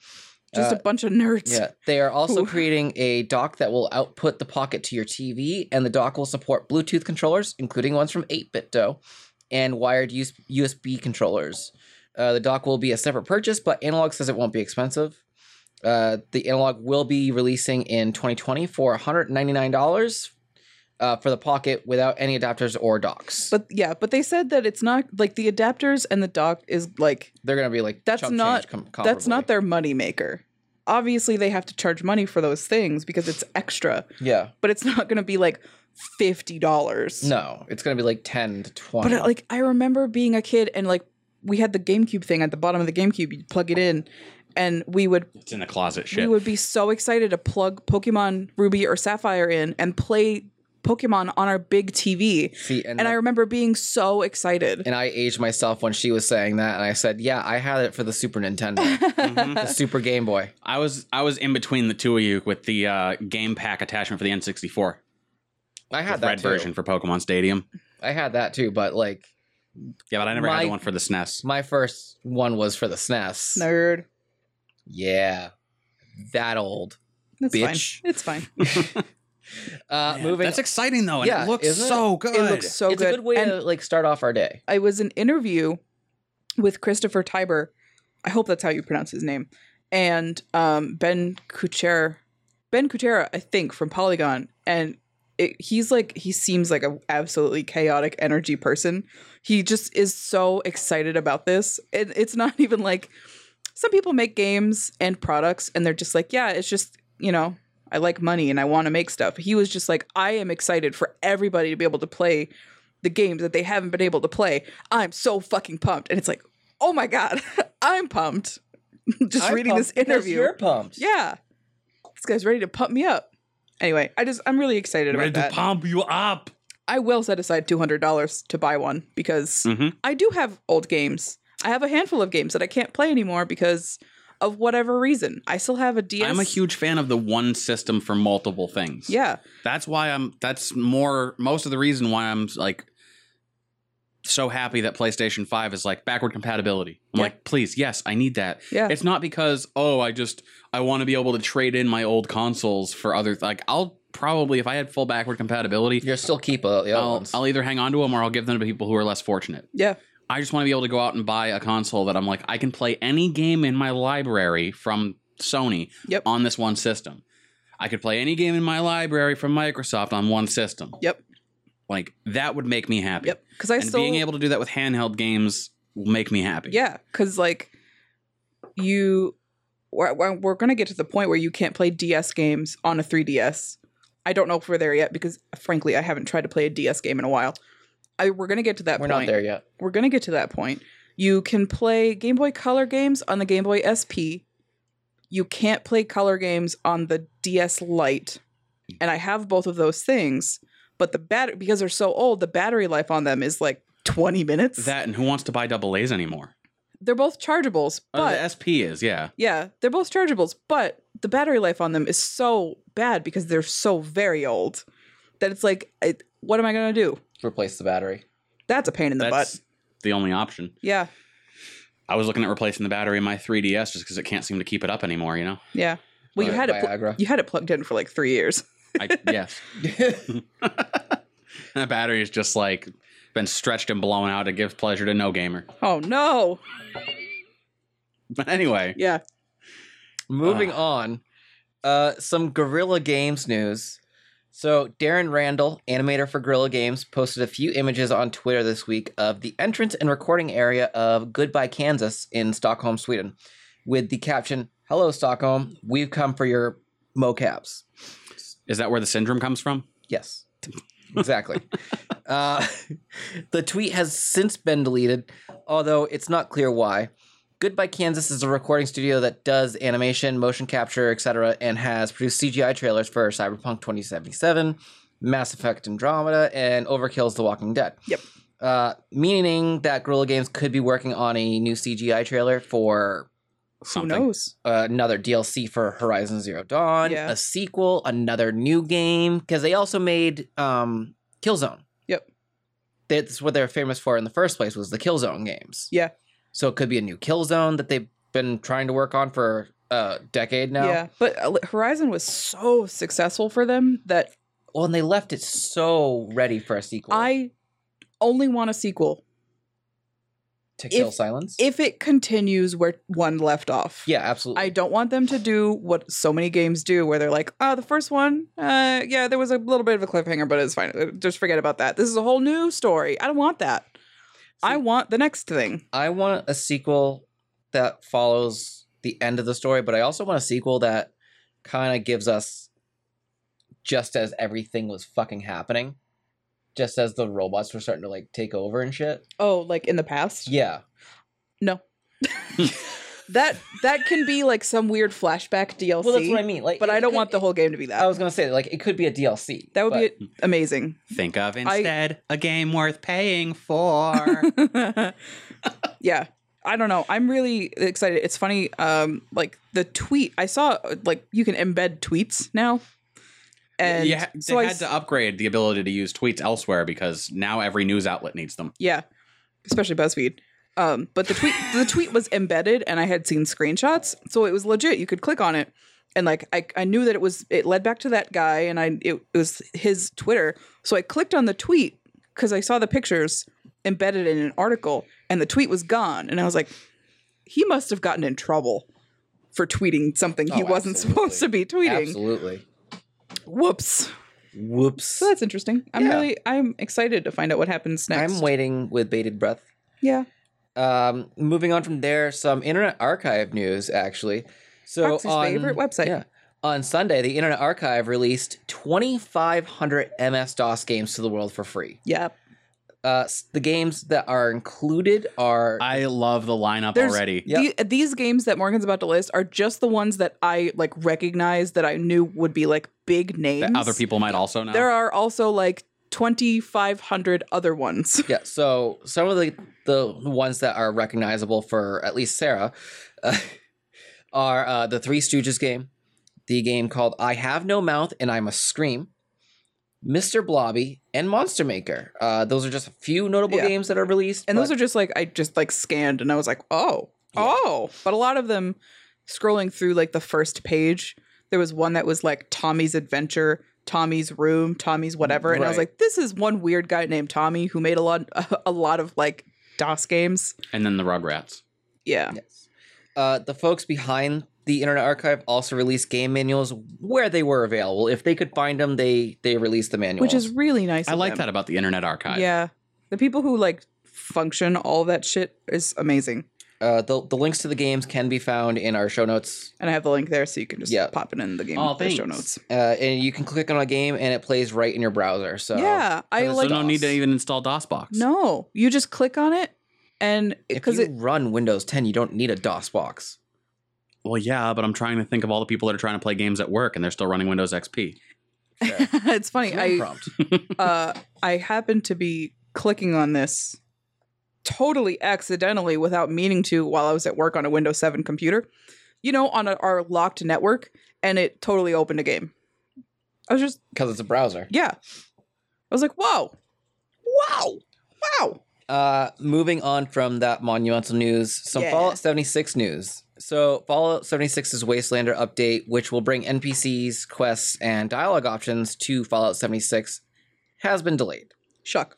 Just Uh, a bunch of nerds. Yeah, they are also Ooh. creating a dock that will output the Pocket to your TV, and the dock will support Bluetooth controllers, including ones from 8-Bit Do, and wired US- USB controllers. Uh, the dock will be a separate purchase, but Analog says it won't be expensive. Uh, the Analog will be releasing in 2020 for $199 uh, for the Pocket without any adapters or docks. But But yeah, but they said that it's not like the adapters and the dock is like they're going to be like That's chump change not- com- that's comparably. not their money maker. Obviously, they have to charge money for those things because it's extra, yeah. but it's not going to be like fifty dollars. No, it's going to be like 10 to 20. but uh, like I remember being a kid and like we had the GameCube thing at the bottom of the GameCube. You plug it in, and we would It's in the closet. we Shit. would be so excited to plug Pokemon Ruby or Sapphire in and play Pokemon on our big TV. See, and, And that- I remember being so excited. and I aged myself when she was saying that, and I said, "Yeah, I had it for the Super Nintendo, Mhm. the Super Game Boy." I was I was in between the two of you with the uh, game pack attachment for the N64. I the had that red too. version for Pokemon Stadium. I had that too, but like Yeah, but I never My- had the one for the E SNES. my first one was for the SNES. Nerd. Yeah, that old. That's Bitch. fine. It's fine. Uh, Man, moving. That's exciting though, and Yeah, it looks isn't it? so good. It looks so it's good. a good way and to like start off our day. I was in interview with Christopher Tiber. I hope that's how you pronounce his name. And um, Ben Kuchera, Ben Kuchera, I think from Polygon, and it, he's like he seems like a absolutely chaotic energy person. He just is so excited about this, and it's not even like some people make games and products, and they're just like, yeah, it's just you know. I like money and I want to make stuff. He was just like, I am excited for everybody to be able to play the games that they haven't been able to play. I'm so fucking pumped. And it's like, oh my God, I'm pumped. Just I'm reading this pumped because interview. You're pumped. Yeah. This guy's ready to pump me up. Anyway, I just, I'm really excited about Ready to that. pump you up. I will set aside $200 to buy one because Mm-hmm. I do have old games. I have a handful of games that I can't play anymore because of whatever reason. I still have a DS. I'm a huge fan of the one system for multiple things. Yeah. that's why I'm. That's more. Most of the reason why I'm like so happy that PlayStation Five is like backward compatibility. I'm Yeah. like, please, yes, I need that. Yeah. It's not because oh, I just I want to be able to trade in my old consoles for other. Like, I'll probably if I had full backward compatibility, You'll still keep uh, the other I'll, ones. I'll either hang on to them or I'll give them to people who are less fortunate. yeah. I just want to be able to go out and buy a console that I'm like, I can play any game in my library from Sony Yep. on this one system. I could play any game in my library from Microsoft on one system. Yep. Like that would make me happy. Yep. Because I And still. being able to do that with handheld games will make me happy. Yeah, because like you, we're, we're- we're gonna get to the point where you can't play DS games on a 3DS. I don't know if we're there yet because frankly, I haven't tried to play a DS game in a while. I, we're gonna get to that We're not point. there yet. We're gonna get to that point. You can play Game Boy Color games on the Game Boy SP. You can't play color games on the DS Lite. And I have both of those things, but the battery because they're so old, the battery life on them is like 20 minutes. That and who wants to buy double A's anymore? they're both chargeables, Uh, Oh, but the SP is, yeah. Yeah, they're both chargeables, but the battery life on them is so bad because they're so very old that it's like, I, what am I gonna do? Replace the battery. That's a pain in the That's butt. the only option. Yeah, I was looking at replacing the battery in my 3DS just because it can't seem to keep it up anymore, you know? yeah. Well, you Or had it. Pl- Viagra. you had it plugged in for like three years. I, yes. that battery is just like been stretched and blown out. It gives pleasure to no gamer. Oh no. But anyway, Yeah. Moving Ugh. on, uh, some Gorilla Games news. So Darren Randall, animator for Gorilla Games, posted a few images on Twitter this week of the entrance and recording area of Goodbye Kansas in Stockholm, Sweden, with the caption "Hello Stockholm, we've come for your mocaps." is that where the syndrome comes from? Yes, exactly. uh, the tweet has since been deleted, although it's not clear why. Goodbye Kansas is a recording studio that does animation, motion capture, etc., and has produced CGI trailers for Cyberpunk 2077, Mass Effect Andromeda, and Overkill's The Walking Dead. Yep. Uh, meaning that Guerrilla Games could be working on a new CGI trailer for Who Something. knows? another DLC for Horizon Zero Dawn, Yeah. a sequel, another new game because they also made um, Killzone. Yep. that's what they're famous for in the first place was the Killzone games. Yeah. so it could be a new Killzone that they've been trying to work on for a decade now. Yeah, but uh, Horizon was so successful for them that Well, and they left it so ready for a sequel I only want a sequel to Kill if- Silence. if it continues where one left off. yeah, absolutely. I don't want them to do what so many games do, where they're like, "Oh, the first one, uh, yeah, there was a little bit of a cliffhanger, but it's fine. Uh, Just forget about that. This is a whole new story. I don't want that. I See- want the next thing. I want a sequel that follows the end of the story, but I also want a sequel that kind of gives us just as everything was fucking happening, just as the robots were starting to like take over and shit. Oh, like in the past? Yeah, No, that that can be like some weird flashback DLC. well, that's what I mean. Like, But it I don't could- want the whole game to be that. I was gonna say like it could be a DLC. that would but be amazing. Think of I- instead a game worth paying for. yeah i don't know i'm really excited it's funny um like the tweet i saw like you can embed tweets now and yeah, they so I had s- to upgrade the ability to use tweets elsewhere because now every news outlet needs them. yeah especially buzzfeed um but the tweet the tweet was embedded and i had seen screenshots so it was legit you could click on it and like i, I knew that it was it led back to that guy and i it, it was his twitter so i clicked on the tweet because i saw the pictures embedded in an article and the tweet was gone and i was like he must have gotten in trouble for tweeting something he Oh, wasn't absolutely. supposed to be tweeting absolutely. whoops Whoops. so that's interesting i'm Yeah. really i'm excited to find out what happens next I'm waiting with bated breath. yeah Um, moving on from there, some Internet Archive news actually. So Fox's on, favorite website. Yeah. On Sunday, the Internet Archive released 2,500 MS DOS games to the world for free. yeah Uh, s- the games that are included are I love the lineup There's- already. Yeah. The- these games that Morgan's about to list are just the ones that I like recognize that I knew would be like big names. That other people might also know. There are also like 2,500 other ones. yeah. So some of the the ones that are recognizable for at least Sarah uh, are uh, the Three Stooges game, the game called I Have No Mouth and I Must Scream, Mr. Blobby, and Monster Maker. Uh, those are just a few notable Yeah. games that are released, And those but- are just like, I just like scanned and I was like, oh, Yeah. oh. But a lot of them scrolling through like the first page, there was one that was like Tommy's Adventure. Tommy's room, Tommy's whatever, and I was Right. like, "This is one weird guy named Tommy who made a lot, a lot of like DOS games." and then the Rugrats. Yeah, Yes. Uh, the folks behind the Internet Archive also released game manuals where they were available. If they could find them, they they released the manuals. which is really nice. I of like them. that about the Internet Archive. Yeah. The people who like function all that shit is amazing. uh, the the links to the games can be found in our show notes, And I have the link there so you can just Yeah. pop it in the game Oh, the show thanks. notes. uh, and you can click on a game and it plays right in your browser. So yeah. I So So like no need to DOS. even install DOSBox. No. You just click on it and If you because it run Windows 10, you don't need a DOS box. Well, yeah, but I'm trying to think of all the people that are trying to play games at work and they're still running Windows XP. it's funny. Command I prompt. uh I happened to be clicking on this totally accidentally without meaning to while I was at work on a Windows 7 computer. You know, on a, our locked network and it totally opened a game. I was just because it's a browser. yeah. I was like, "Whoa. Wow. Wow." Uh, moving on from that monumental news, some Yeah. Fallout 76 news. So, Fallout 76's Wastelander update, which will bring NPCs, quests, and dialogue options to Fallout 76, has been delayed. Shuck.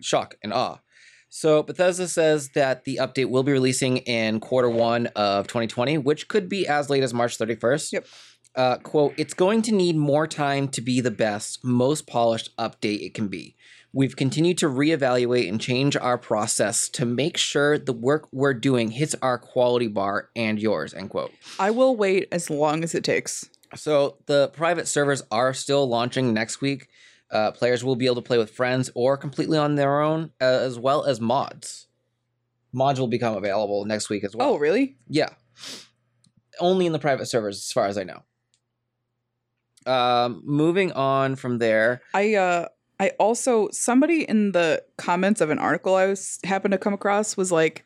Shock and awe. So, Bethesda says that the update will be releasing in quarter one of 2020, which could be as late as March 31st. Yep. Uh, quote, it's going to need more time to be the best, most polished update it can be. We've continued to reevaluate and change our process to make sure the work we're doing hits our quality bar and yours, end quote. I will wait as long as it takes. So the private servers are still launching next week. Uh, players will be able to play with friends or completely on their own, uh, as well as mods. module become available next week as well. Oh, really? Yeah. Only in the private servers, as far as I know. Um, moving on from there. I uh I also somebody in the comments of an article I was happened to come across was like,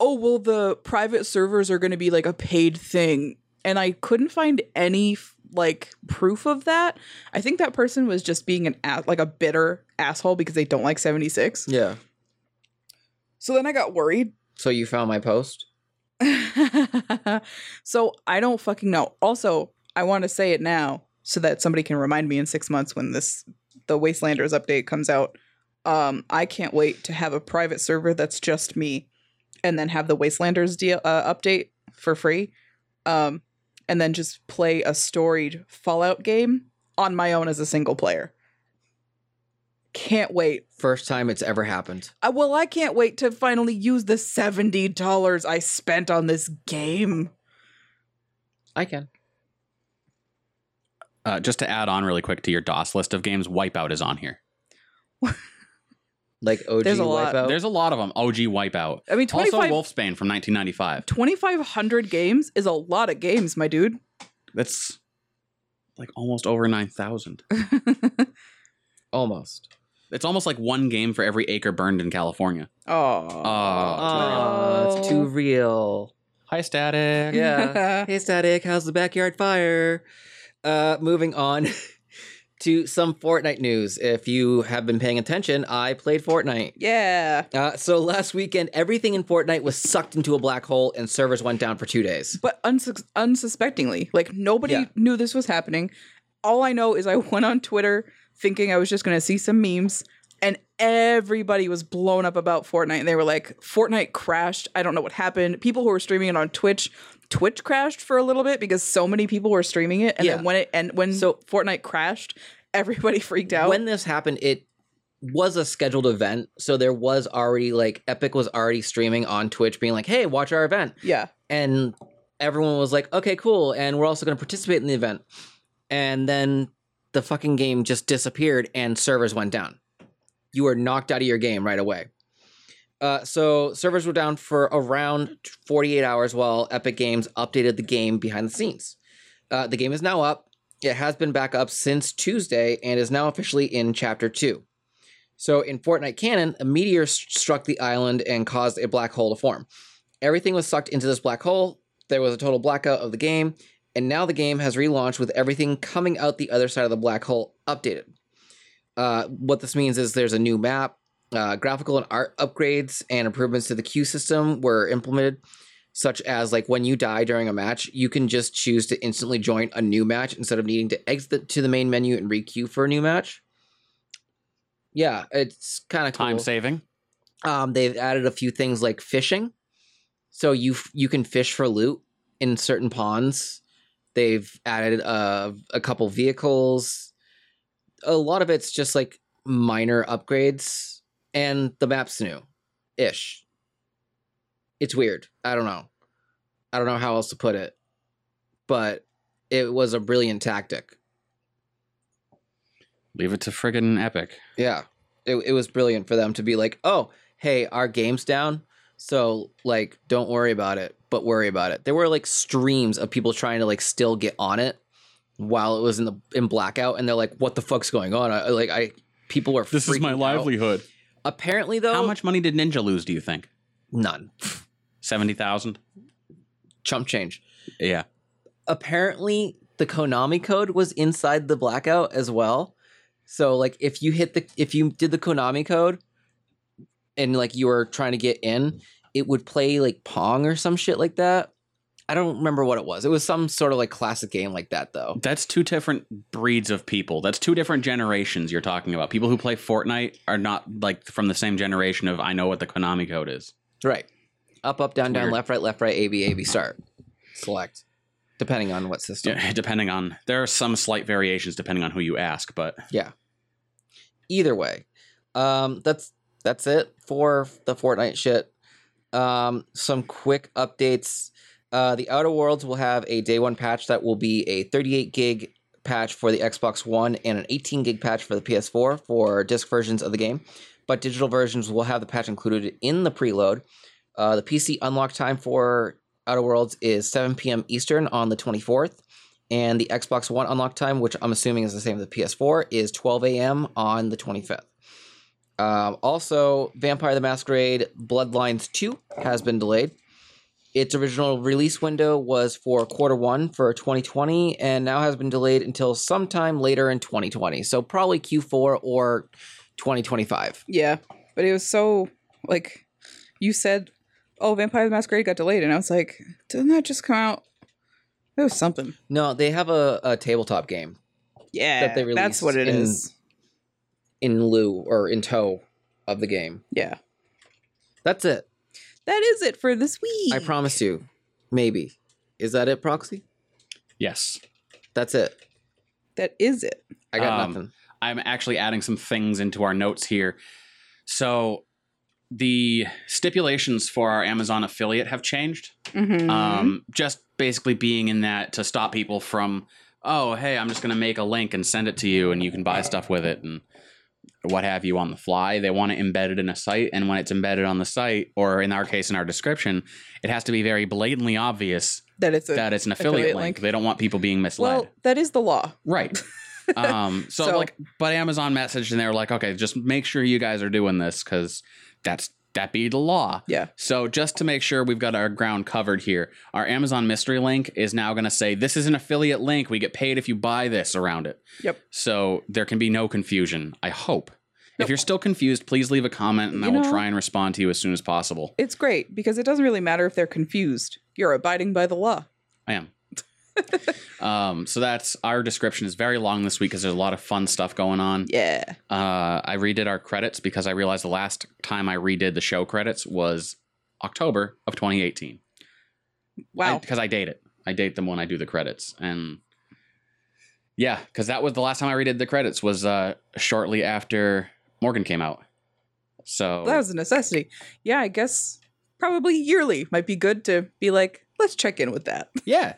"Oh, well the private servers are going to be like a paid thing." And I couldn't find any f- like proof of that. I think that person was just being an ass- like a bitter asshole because they don't like 76. Yeah. So then I got worried So you found my post? so I don't fucking know. Also, I want to say it now so that somebody can remind me in six months when this the Wastelanders update comes out. Um, I can't wait to have a private server that's just me, and then have the Wastelanders deal, uh, update for free, um, and then just play a storied Fallout game on my own as a single player. Can't wait. First time it's ever happened. I, well, I can't wait to finally use the seventy dollars I spent on this game. I can. Uh, just to add on really quick to your DOS list of games, Wipeout is on here. Like OG There's a lot. wipeout. There's a lot of them. OG Wipeout. Oh. I mean, Also, 25, Wolfsbane from 1995. 2,500 games is a lot of games, my dude. That's like almost over 9,000. Almost. It's almost like one game for every acre burned in California. Oh. Aw. Aw, it's too real. Hi, Static. Yeah. hey, Static, how's the backyard fire? Uh, moving on to some Fortnite news. If you have been paying attention, I played Fortnite. yeah. Uh, so last weekend, everything in Fortnite was sucked into a black hole and servers went down for two days. But unsus- unsuspectingly, like nobody Yeah. knew this was happening. All I know is I went on Twitter thinking I was just going to see some memes, and everybody was blown up about Fortnite. And they were like, Fortnite crashed. I don't know what happened. People who were streaming it on Twitch. Twitch crashed for a little bit because so many people were streaming it, and Yeah. then when it and when so Fortnite crashed, everybody freaked out. When this happened, it was a scheduled event. So there was already like Epic was already streaming on Twitch being like, hey, watch our event. yeah, and everyone was like, "Okay, cool," and we're also going to participate in the event. And then the fucking game just disappeared, and servers went down. You were knocked out of your game right away. Uh, so servers were down for around 48 hours while Epic Games updated the game behind the scenes. Uh, the game is now up. It has been back up since Tuesday and is now officially in Chapter Two. So in Fortnite canon, a meteor s- struck the island and caused a black hole to form everything was sucked into this black hole. There was a total blackout of the game, and now the game has relaunched with everything coming out the other side of the black hole updated. Uh, what this means is there's a new map, uh, graphical and art upgrades, and improvements to the queue system were implemented, such as like when you die during a match, you can just choose to instantly join a new match instead of needing to exit to the main menu and re-queue for a new match. Yeah, it's kind of cool. Time saving. Um, they've added a few things like fishing, so you f- you can fish for loot in certain ponds. They've added uh, a couple vehicles. A lot of it's just like minor upgrades, and the map's new, ish. It's weird. I don't know. I don't know how else to put it, but it was a brilliant tactic. Leave it to friggin' Epic. Yeah. It, it was brilliant for them to be like, oh, hey, our game's down. So, like, don't worry about it, but worry about it. There were like streams of people trying to like still get on it while it was in the in blackout. And they're like, what the fuck's going on? I, like, I, people were, freaking out. Apparently, though, How much money did Ninja lose, do you think? None. 70,000? Chump change. Yeah. apparently the Konami code was inside the blackout as well. So like if you hit the if you did the Konami code and like you were trying to get in, it would play like Pong or some shit like that. I don't remember what it was. It was some sort of like classic game like that though. That's two different breeds of people. That's two different generations you're talking about. People who play Fortnite are not like from the same generation of I know what the Konami code is. Right. Up up down down Weird. left right left right A B A B start. Select depending on what system. Yeah, depending on there are some slight variations depending on who you ask, but either way um that's that's it for the fortnite shit um some quick updates uh the outer worlds will have a day one patch that will be a 38 gig patch for the xbox one and an 18 gig patch for the ps4 for disc versions of the game but digital versions will have the patch included in the preload Uh, the PC unlock time for Outer Worlds is 7 p.m. Eastern on the 24th, and the Xbox One unlock time, which I'm assuming is the same as the PS4, is 12 a.m. on the 25th. Um, also, Vampire the Masquerade Bloodlines 2 has been delayed. Its original release window was for quarter one for 2020 and now has been delayed until sometime later in 2020. So, probably Q4 or 2025. Yeah, but it was so like you said, oh, Vampire the Masquerade got delayed, and I was like, didn't that just come out? It was something. No, they have a, a tabletop game Yeah, they that's what it released in- is. in lieu or in tow of the game. Yeah, That's it. that is it for this week. I promise you. Maybe. Is that it, Proxy? Yes. That's it. That is it. I got Um, nothing. I'm actually adding some things into our notes here. So the stipulations for our Amazon affiliate have changed. Mm-hmm. Um, just basically being in that to stop people from, oh, hey, I'm just going to make a link and send it to you and you can buy stuff with it and what have you on the fly. They want it embedded in a site. And when it's embedded on the site, or in our case, in our description, it has to be very blatantly obvious that it's a that it's an affiliate, affiliate link. link. They don't want people being misled. well, that is the law. Right. um so, So- like but Amazon messaged and they were like, okay, just make sure you guys are doing this because that's that be the law. Yeah. So just to make sure we've got our ground covered here, our Amazon mystery link is now gonna say this is an affiliate link. We get paid if you buy this around it. Yep. So there can be no confusion, I hope. Nope. If you're still confused, please leave a comment and I You will know- try and respond to you as soon as possible. It's great because it doesn't really matter if they're confused. You're abiding by the law. I am. um, so that's our description is very long this week because there's a lot of fun stuff going on. Yeah. Uh, I redid our credits because I realized the last time I redid the show credits was October of 2018. Wow. Because I, date it. I date them when I do the credits. And yeah, because that was the last time I redid the credits was uh, shortly after Morgan came out. So that was a necessity. Yeah, I guess probably yearly might be good to be like, let's check in with that. yeah,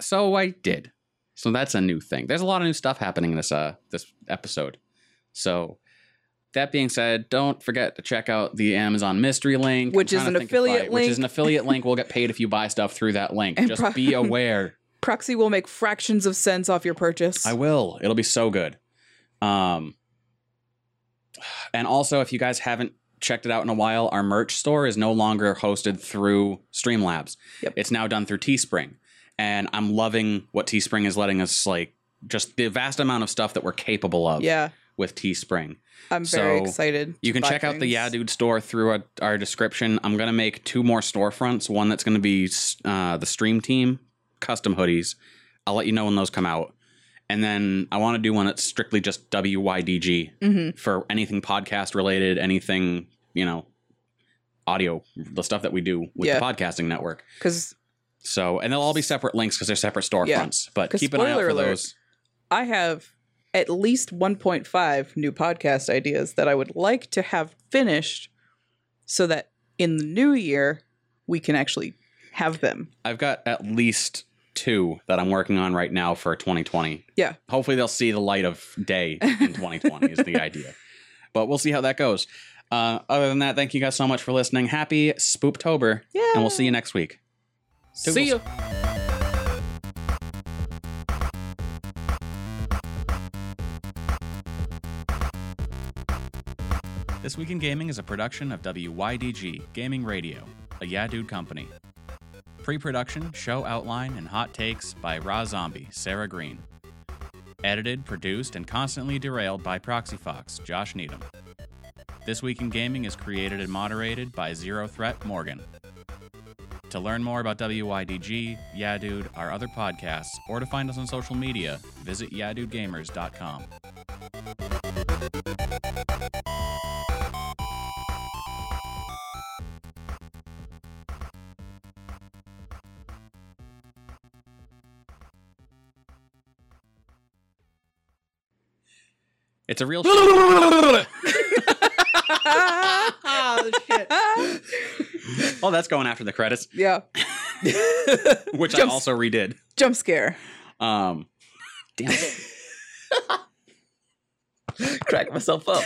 so I did. So that's a new thing. There's a lot of new stuff happening this uh this episode. So that being said, don't forget to check out the Amazon mystery link, I'm Which is trying to an think if I- affiliate Which link. is an affiliate link. We'll get paid if you buy stuff through that link. And Just pro- be aware. Proxy will make fractions of cents off your purchase. I will. It'll be so good. Um, and also, if you guys haven't checked it out in a while, our merch store is no longer hosted through Streamlabs. Yep. It's now done through Teespring, and I'm loving what Teespring is letting us like. Just the vast amount of stuff that we're capable of yeah, with Teespring. I'm very So, excited. You to can buy check out the things. Yeah Dude store through our, our description. I'm going to make two more storefronts one that's going to be uh, the Stream Team custom hoodies. I'll let you know when those come out. And then I want to do one that's strictly just WYDG Mhm. for anything podcast related, anything, you know, audio, the stuff that we do with Yeah. the podcasting network. Cuz So, and they'll all be separate links because they're separate storefronts, but 'Cause keep an eye out spoiler for alert. those. I have at least 1.5 new podcast ideas that I would like to have finished so that in the new year we can actually have them. I've got at least two that I'm working on right now for 2020. Yeah. Hopefully they'll see the light of day in 2020 is the idea. But we'll see how that goes. Uh, other than that, thank you guys so much for listening. Happy Spooptober, Yeah. and we'll see you next week. See ya. This Week in Gaming is a production of WYDG Gaming Radio, a Yeah Dude company. Pre production, show outline, and hot takes by Raw Zombie, Sarah Green. Edited, produced, and constantly derailed by Proxy Fox, Josh Needham. This Week in Gaming is created and moderated by Zero Threat Morgan. To learn more about WYDG, Yeah Dude, our other podcasts, or to find us on social media, visit YadudeGamers.com. It's a real. oh, shit. Ah, oh, that's going after the credits, yeah, which Jump- I also redid. jump scare. Um, Crack myself up.